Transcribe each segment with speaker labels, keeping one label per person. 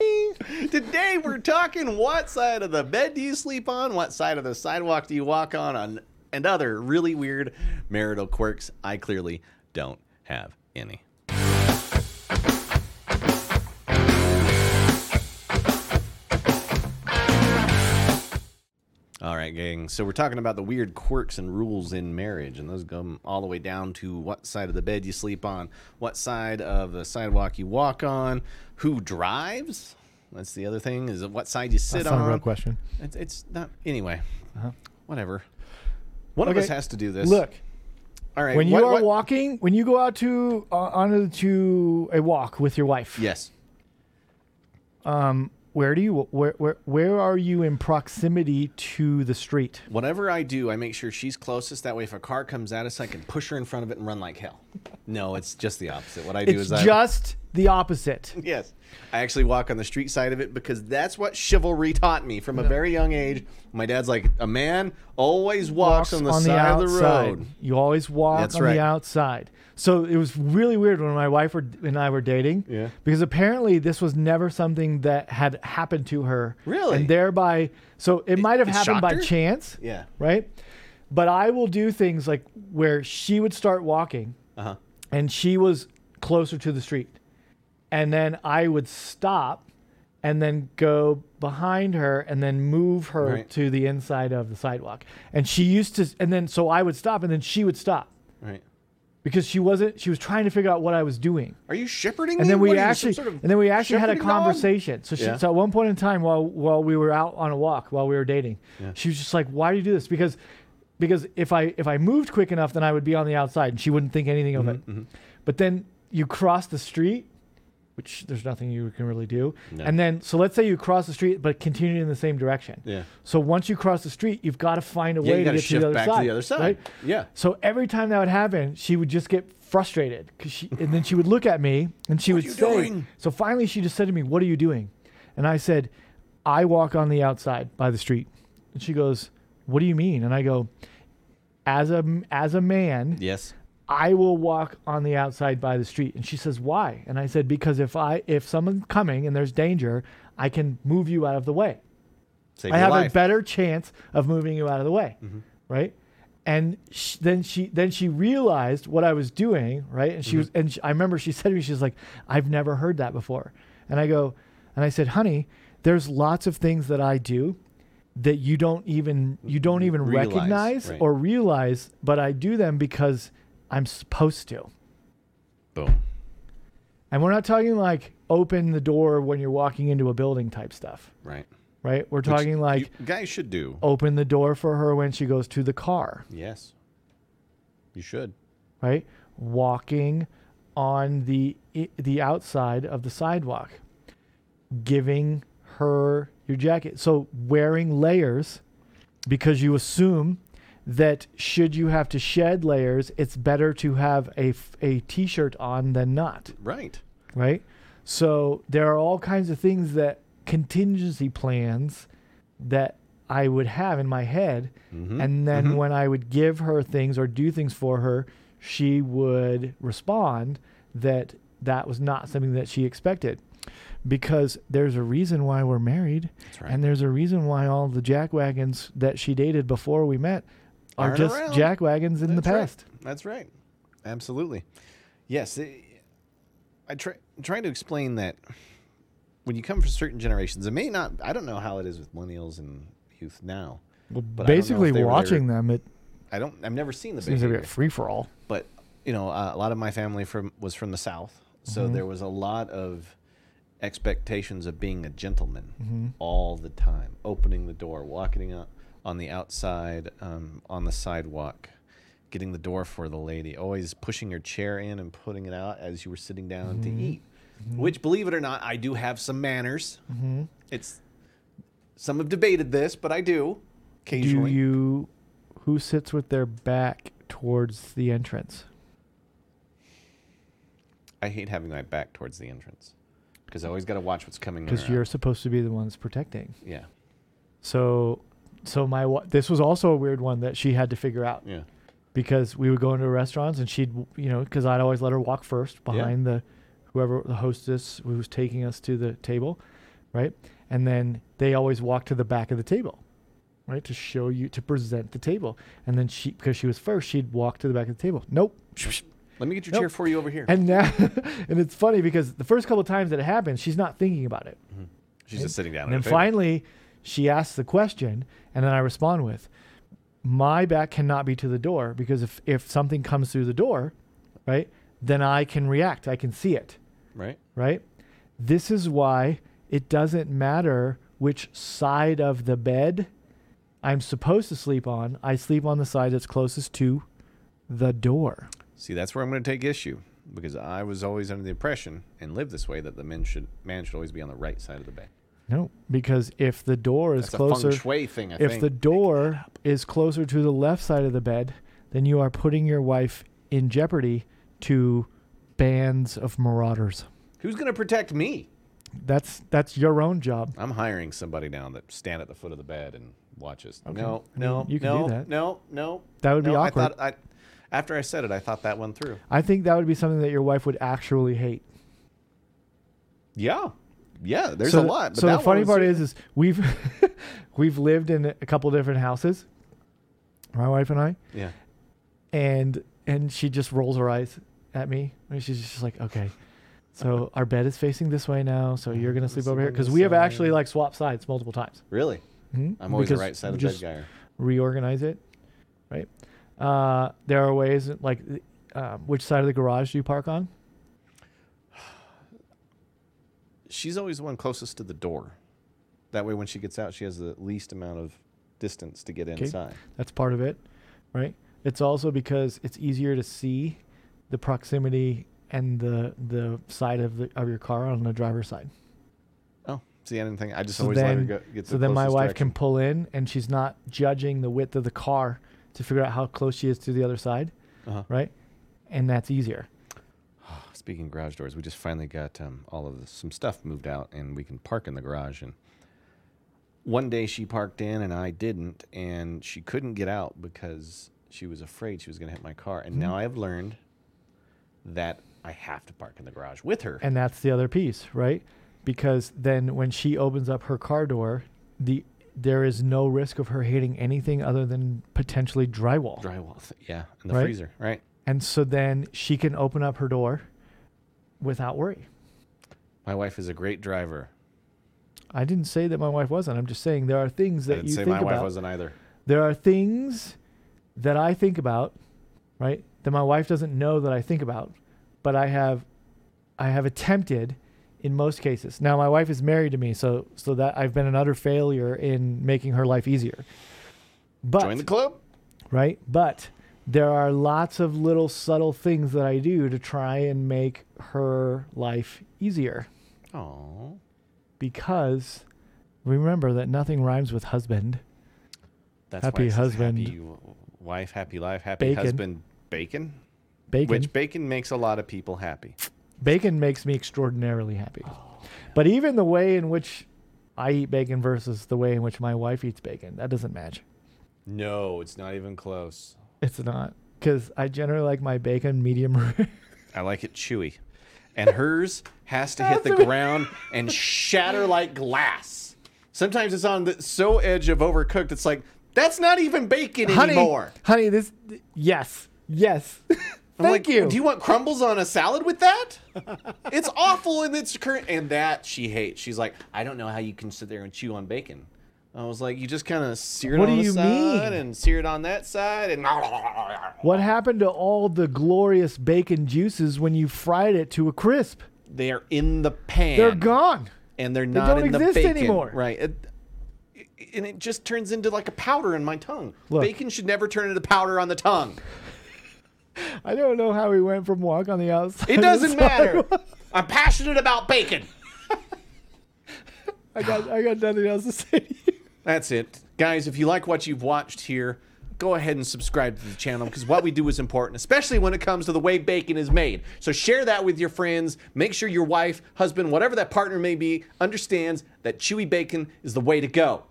Speaker 1: Today we're talking what side of the bed do you sleep on? What side of the sidewalk do you walk on? On and other really weird marital quirks. I clearly don't have any. All right, gang. So we're talking about the weird quirks and rules in marriage, and those come all the way down to what side of the bed you sleep on, what side of the sidewalk you walk on, who drives. That's the other thing is what side you sit
Speaker 2: That's
Speaker 1: on.
Speaker 2: not a real question. Uh-huh.
Speaker 1: It's, it's not anyway. Whatever. One of
Speaker 2: Okay.
Speaker 1: us has to do this.
Speaker 2: Look,
Speaker 1: all right.
Speaker 2: when you
Speaker 1: what-
Speaker 2: are
Speaker 1: what-
Speaker 2: walking, when you go out to uh, on to a walk with your wife,
Speaker 1: yes,
Speaker 2: where do you where, where where are you in proximity to the street?
Speaker 1: whatever I do, I make sure she's closest. That way, if a car comes at us, I can push her in front of it and run like hell. No, it's just the opposite. What I do
Speaker 2: It's
Speaker 1: is I
Speaker 2: just the opposite.
Speaker 1: Yes. I actually walk on the street side of it because that's what chivalry taught me from a very young age. My dad's like, a man always walks, on the side of the road.
Speaker 2: You always walk
Speaker 1: That's
Speaker 2: on
Speaker 1: right.
Speaker 2: the outside. So it was really weird when my wife were, and I were dating.
Speaker 1: Yeah.
Speaker 2: Because apparently this was never something that had happened to her.
Speaker 1: Really?
Speaker 2: And thereby, so it, might have
Speaker 1: it
Speaker 2: happened
Speaker 1: shocked
Speaker 2: by
Speaker 1: her?
Speaker 2: chance.
Speaker 1: Yeah.
Speaker 2: Right. But I will do things like where she would start walking,
Speaker 1: Uh-huh.
Speaker 2: and she was closer to the street, and then I would stop. And then go behind her, and then move her
Speaker 1: Right.
Speaker 2: to the inside of the sidewalk. And she used to, and then so I would stop, and then she would stop
Speaker 1: Right.
Speaker 2: because she wasn't. She was trying to figure out what I was doing.
Speaker 1: Are you shepherding
Speaker 2: And
Speaker 1: me?
Speaker 2: then we
Speaker 1: What are you, some
Speaker 2: actually,
Speaker 1: sort of
Speaker 2: and then we actually had a
Speaker 1: shepherding dog?
Speaker 2: conversation. So, she,
Speaker 1: Yeah.
Speaker 2: so at one point in time, while while we were out on a walk, while we were dating, she was just like, "Why do you do this?" Because because if I if I moved quick enough, then I would be on the outside, and she wouldn't think anything
Speaker 1: Mm-hmm,
Speaker 2: of it. But then you cross the street, which there's nothing you can really do. And then so let's say you cross the street, but continue in the same direction.
Speaker 1: Yeah.
Speaker 2: So once you cross the street, you've got to find a
Speaker 1: Yeah,
Speaker 2: way
Speaker 1: you
Speaker 2: to
Speaker 1: got
Speaker 2: get
Speaker 1: to
Speaker 2: to the
Speaker 1: shift
Speaker 2: other
Speaker 1: back
Speaker 2: side.
Speaker 1: to the other side.
Speaker 2: Right?
Speaker 1: Yeah.
Speaker 2: So every time that would happen, she would just get frustrated 'cause she, and then she would look at me and she would
Speaker 1: you
Speaker 2: say,
Speaker 1: doing?
Speaker 2: "So finally, she just said to me, "What are you doing?" And I said, "I walk on the outside by the street." And she goes, "What do you mean?" And I go, "As a as a man,
Speaker 1: Yes.
Speaker 2: I will walk on the outside by the street." And she says, "Why?" And I said, "Because if I if someone's coming and there's danger, I can move you out of the way."
Speaker 1: Save
Speaker 2: I
Speaker 1: your
Speaker 2: have
Speaker 1: life. Mm-hmm.
Speaker 2: a better chance of moving you out of the way, right? And sh- then she then she realized what I was doing, right? And she
Speaker 1: Mm-hmm.
Speaker 2: was and sh I remember she said to me, she's like, "I've never heard that before," and I go, and I said, "Honey, there's lots of things that I do that you don't even you don't even
Speaker 1: Mm-hmm. Realize,
Speaker 2: recognize
Speaker 1: right.
Speaker 2: or realize, but I do them because I'm supposed to."
Speaker 1: Boom.
Speaker 2: And we're not talking like open the door when you're walking into a building type stuff,
Speaker 1: Right.
Speaker 2: right? We're talking like
Speaker 1: you guys should do.
Speaker 2: open the door for her when she goes to the car,
Speaker 1: Yes. You should.
Speaker 2: right? Walking on the i- the outside of the sidewalk, giving her your jacket. So wearing layers because you assume that should you have to shed layers, it's better to have a f- a t-shirt on than not,
Speaker 1: Right.
Speaker 2: right? So there are all kinds of things that contingency plans that I would have in my head.
Speaker 1: Mm-hmm.
Speaker 2: And then when I would give her things or do things for her, she would respond that that was not something that she expected. Because there's a reason why we're married.
Speaker 1: right.
Speaker 2: And there's a reason why all the jack wagons that she dated before we met are
Speaker 1: Aren't
Speaker 2: just
Speaker 1: around.
Speaker 2: jack wagons in the
Speaker 1: That's right.
Speaker 2: past.
Speaker 1: That's right. Absolutely. Yes. i I try I'm trying to explain that when you come from certain generations, it may not. I don't know how it is with millennials and youth now. But I
Speaker 2: Well,
Speaker 1: don't know if
Speaker 2: basically,
Speaker 1: they were there.
Speaker 2: watching them, it
Speaker 1: I don't. I've never seen the
Speaker 2: seems to be
Speaker 1: behavior.
Speaker 2: a free for all.
Speaker 1: But you know, uh, a lot of my family from was from the South, so there was a lot of expectations of being a gentleman all the time, opening the door, walking out on the outside, um, on the sidewalk, getting the door for the lady, always pushing your chair in and putting it out as you were sitting down to eat. Which, believe it or not, I do have some manners. It's some have debated this, but I do
Speaker 2: Do
Speaker 1: occasionally.
Speaker 2: you who sits with their back towards the entrance?
Speaker 1: I hate having my back towards the entrance because I always got to watch what's coming. in
Speaker 2: Because
Speaker 1: or
Speaker 2: you're
Speaker 1: out.
Speaker 2: supposed to be the ones protecting.
Speaker 1: yeah,
Speaker 2: So, so my wa- this was also a weird one that she had to figure out
Speaker 1: yeah,
Speaker 2: because we would go into restaurants and she'd you know because I'd always let her walk first behind the whoever the hostess who was taking us to the table, right? And then they always walk to the back of the table, right, to show you to present the table. And then she, because she was first, she'd walk to the back of the table. Nope.
Speaker 1: Let me get your
Speaker 2: Nope.
Speaker 1: chair for you over here.
Speaker 2: And now, and it's funny because the first couple times that it happens, she's not thinking about it.
Speaker 1: She's just sitting down.
Speaker 2: And
Speaker 1: in
Speaker 2: then
Speaker 1: a table.
Speaker 2: finally, she asks the question, and then I respond with, "My back cannot be to the door because if if something comes through the door, right, then I can react. I can see it,
Speaker 1: right?
Speaker 2: right? This is why it doesn't matter which side of the bed I'm supposed to sleep on. I sleep on the side that's closest to the door.
Speaker 1: See, that's where I'm going to take issue because I was always under the impression and lived this way that the men should man should always be on the right side of the bed.
Speaker 2: No, because if the door is
Speaker 1: That's
Speaker 2: closer,
Speaker 1: a feng shui thing. I
Speaker 2: if
Speaker 1: think.
Speaker 2: the door is closer to the left side of the bed, then you are putting your wife in jeopardy to bands of marauders.
Speaker 1: Who's going to protect me?
Speaker 2: That's that's your own job.
Speaker 1: I'm hiring somebody now that stand at the foot of the bed and watches. No,
Speaker 2: I
Speaker 1: no,
Speaker 2: mean, you can
Speaker 1: no,
Speaker 2: do that.
Speaker 1: no, no.
Speaker 2: That would be
Speaker 1: no. I
Speaker 2: awkward.
Speaker 1: thought I, after I said it, I thought that one through.
Speaker 2: I think that would be something that your wife would actually hate.
Speaker 1: Yeah, yeah. There's
Speaker 2: so
Speaker 1: a
Speaker 2: the-
Speaker 1: lot. But
Speaker 2: so
Speaker 1: that
Speaker 2: the
Speaker 1: one
Speaker 2: funny
Speaker 1: was-
Speaker 2: part is, is we've we've lived in a couple different houses, my wife and I,
Speaker 1: yeah.
Speaker 2: and and she just rolls her eyes at me. And she's just like, okay. So our bed is facing this way now. So you're gonna sleep over here
Speaker 1: on
Speaker 2: because
Speaker 1: this
Speaker 2: we have
Speaker 1: side. Hmm?
Speaker 2: actually like swapped sides multiple times.
Speaker 1: Really,
Speaker 2: Mhm.
Speaker 1: I'm always
Speaker 2: Because
Speaker 1: the right side of the
Speaker 2: just
Speaker 1: bed guy.
Speaker 2: Reorganize it, right? Uh, there are ways like uh, which side of the garage do you park on?
Speaker 1: She's always the one closest to the door. That way, when she gets out, she has the least amount of distance to get inside.
Speaker 2: That's part of it, right? It's also because it's easier to see the proximity and the the side of the of your car on the driver's side.
Speaker 1: Oh, see, I didn't think. I just
Speaker 2: So
Speaker 1: always let her
Speaker 2: then-
Speaker 1: go, get
Speaker 2: So
Speaker 1: the
Speaker 2: then my
Speaker 1: closest
Speaker 2: wife
Speaker 1: direction.
Speaker 2: can pull in and she's not judging the width of the car to figure out how close she is to the other side,
Speaker 1: Uh-huh.
Speaker 2: right? And that's easier.
Speaker 1: Speaking of garage doors, we just finally got um, all of the, some stuff moved out, and we can park in the garage. And one day she parked in, and I didn't, and she couldn't get out because she was afraid she was going to hit my car. And
Speaker 2: Mm-hmm.
Speaker 1: now I have learned that I have to park in the garage with her.
Speaker 2: And that's the other piece, right? Because then when she opens up her car door, the there is no risk of her hitting anything other than potentially drywall.
Speaker 1: Drywall, th- yeah, in the
Speaker 2: Right.
Speaker 1: freezer, right?
Speaker 2: And so then she can open up her door without worry.
Speaker 1: My wife is a great driver.
Speaker 2: I didn't say that my wife wasn't. I'm just saying there are
Speaker 1: I
Speaker 2: things that
Speaker 1: didn't
Speaker 2: you
Speaker 1: say
Speaker 2: think
Speaker 1: my wife
Speaker 2: about.
Speaker 1: wasn't either.
Speaker 2: There are things that I think about, right? That my wife doesn't know that I think about, but I have I have attempted in most cases. Now my wife is married to me, so so that I've been an utter failure in making her life easier. But
Speaker 1: Join the club.
Speaker 2: right? But there are lots of little subtle things that I do to try and make her life easier
Speaker 1: Oh,
Speaker 2: because remember that nothing rhymes with husband.
Speaker 1: that's why
Speaker 2: Happy
Speaker 1: it says
Speaker 2: husband.
Speaker 1: happy w- wife, happy life, happy
Speaker 2: Bacon.
Speaker 1: husband, bacon.
Speaker 2: Bacon
Speaker 1: Which bacon makes a lot of people happy.
Speaker 2: bacon makes me extraordinarily happy. But even the way in which I eat bacon versus the way in which my wife eats bacon, that doesn't match.
Speaker 1: No, it's not even close.
Speaker 2: It's not cuz I generally like my bacon medium rare.
Speaker 1: I like it chewy. And hers has to hit the ground and shatter like glass. Sometimes it's on the so edge of overcooked, it's like, that's not even bacon
Speaker 2: honey,
Speaker 1: anymore.
Speaker 2: honey, this yes. Yes.
Speaker 1: I'm like,
Speaker 2: Thank you.
Speaker 1: Do you want crumbles on a salad with that? it's awful in its current. And that she hates. She's like, I don't know how you can sit there and chew on bacon. I was like, you just kind of sear it
Speaker 2: What
Speaker 1: on
Speaker 2: do
Speaker 1: the
Speaker 2: you
Speaker 1: side
Speaker 2: mean?
Speaker 1: and sear it on that side. And
Speaker 2: What happened to all the glorious bacon juices when you fried it to a crisp?
Speaker 1: they're in the pan.
Speaker 2: They're gone.
Speaker 1: and they're not
Speaker 2: don't
Speaker 1: in the
Speaker 2: exist
Speaker 1: bacon
Speaker 2: anymore.
Speaker 1: right? It- it- and it just turns into like a powder in my tongue.
Speaker 2: Look.
Speaker 1: Bacon should never turn into powder on the tongue.
Speaker 2: I don't know how we went from walk on the outside.
Speaker 1: It
Speaker 2: to
Speaker 1: doesn't matter.
Speaker 2: sidewalk.
Speaker 1: I'm passionate about bacon.
Speaker 2: I got I got nothing else to say. To you.
Speaker 1: That's it, guys. If you like what you've watched here, go ahead and subscribe to the channel because what we do is important, especially when it comes to the way bacon is made. So share that with your friends. Make sure your wife, husband, whatever that partner may be, understands that chewy bacon is the way to go.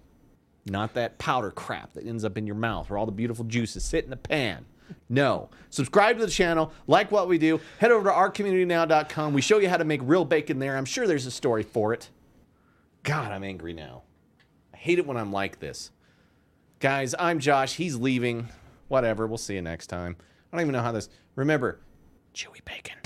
Speaker 1: Not that powder crap that ends up in your mouth where all the beautiful juices sit in the pan. No. Subscribe to the channel, like what we do, head over to ourcommunitynow.com. We show you how to make real bacon there. I'm sure there's a story for it. God, God, I'm angry now. I hate it when I'm like this. Guys, I'm Josh. He's leaving. Whatever. We'll see you next time. I don't even know how this. Remember, chewy bacon.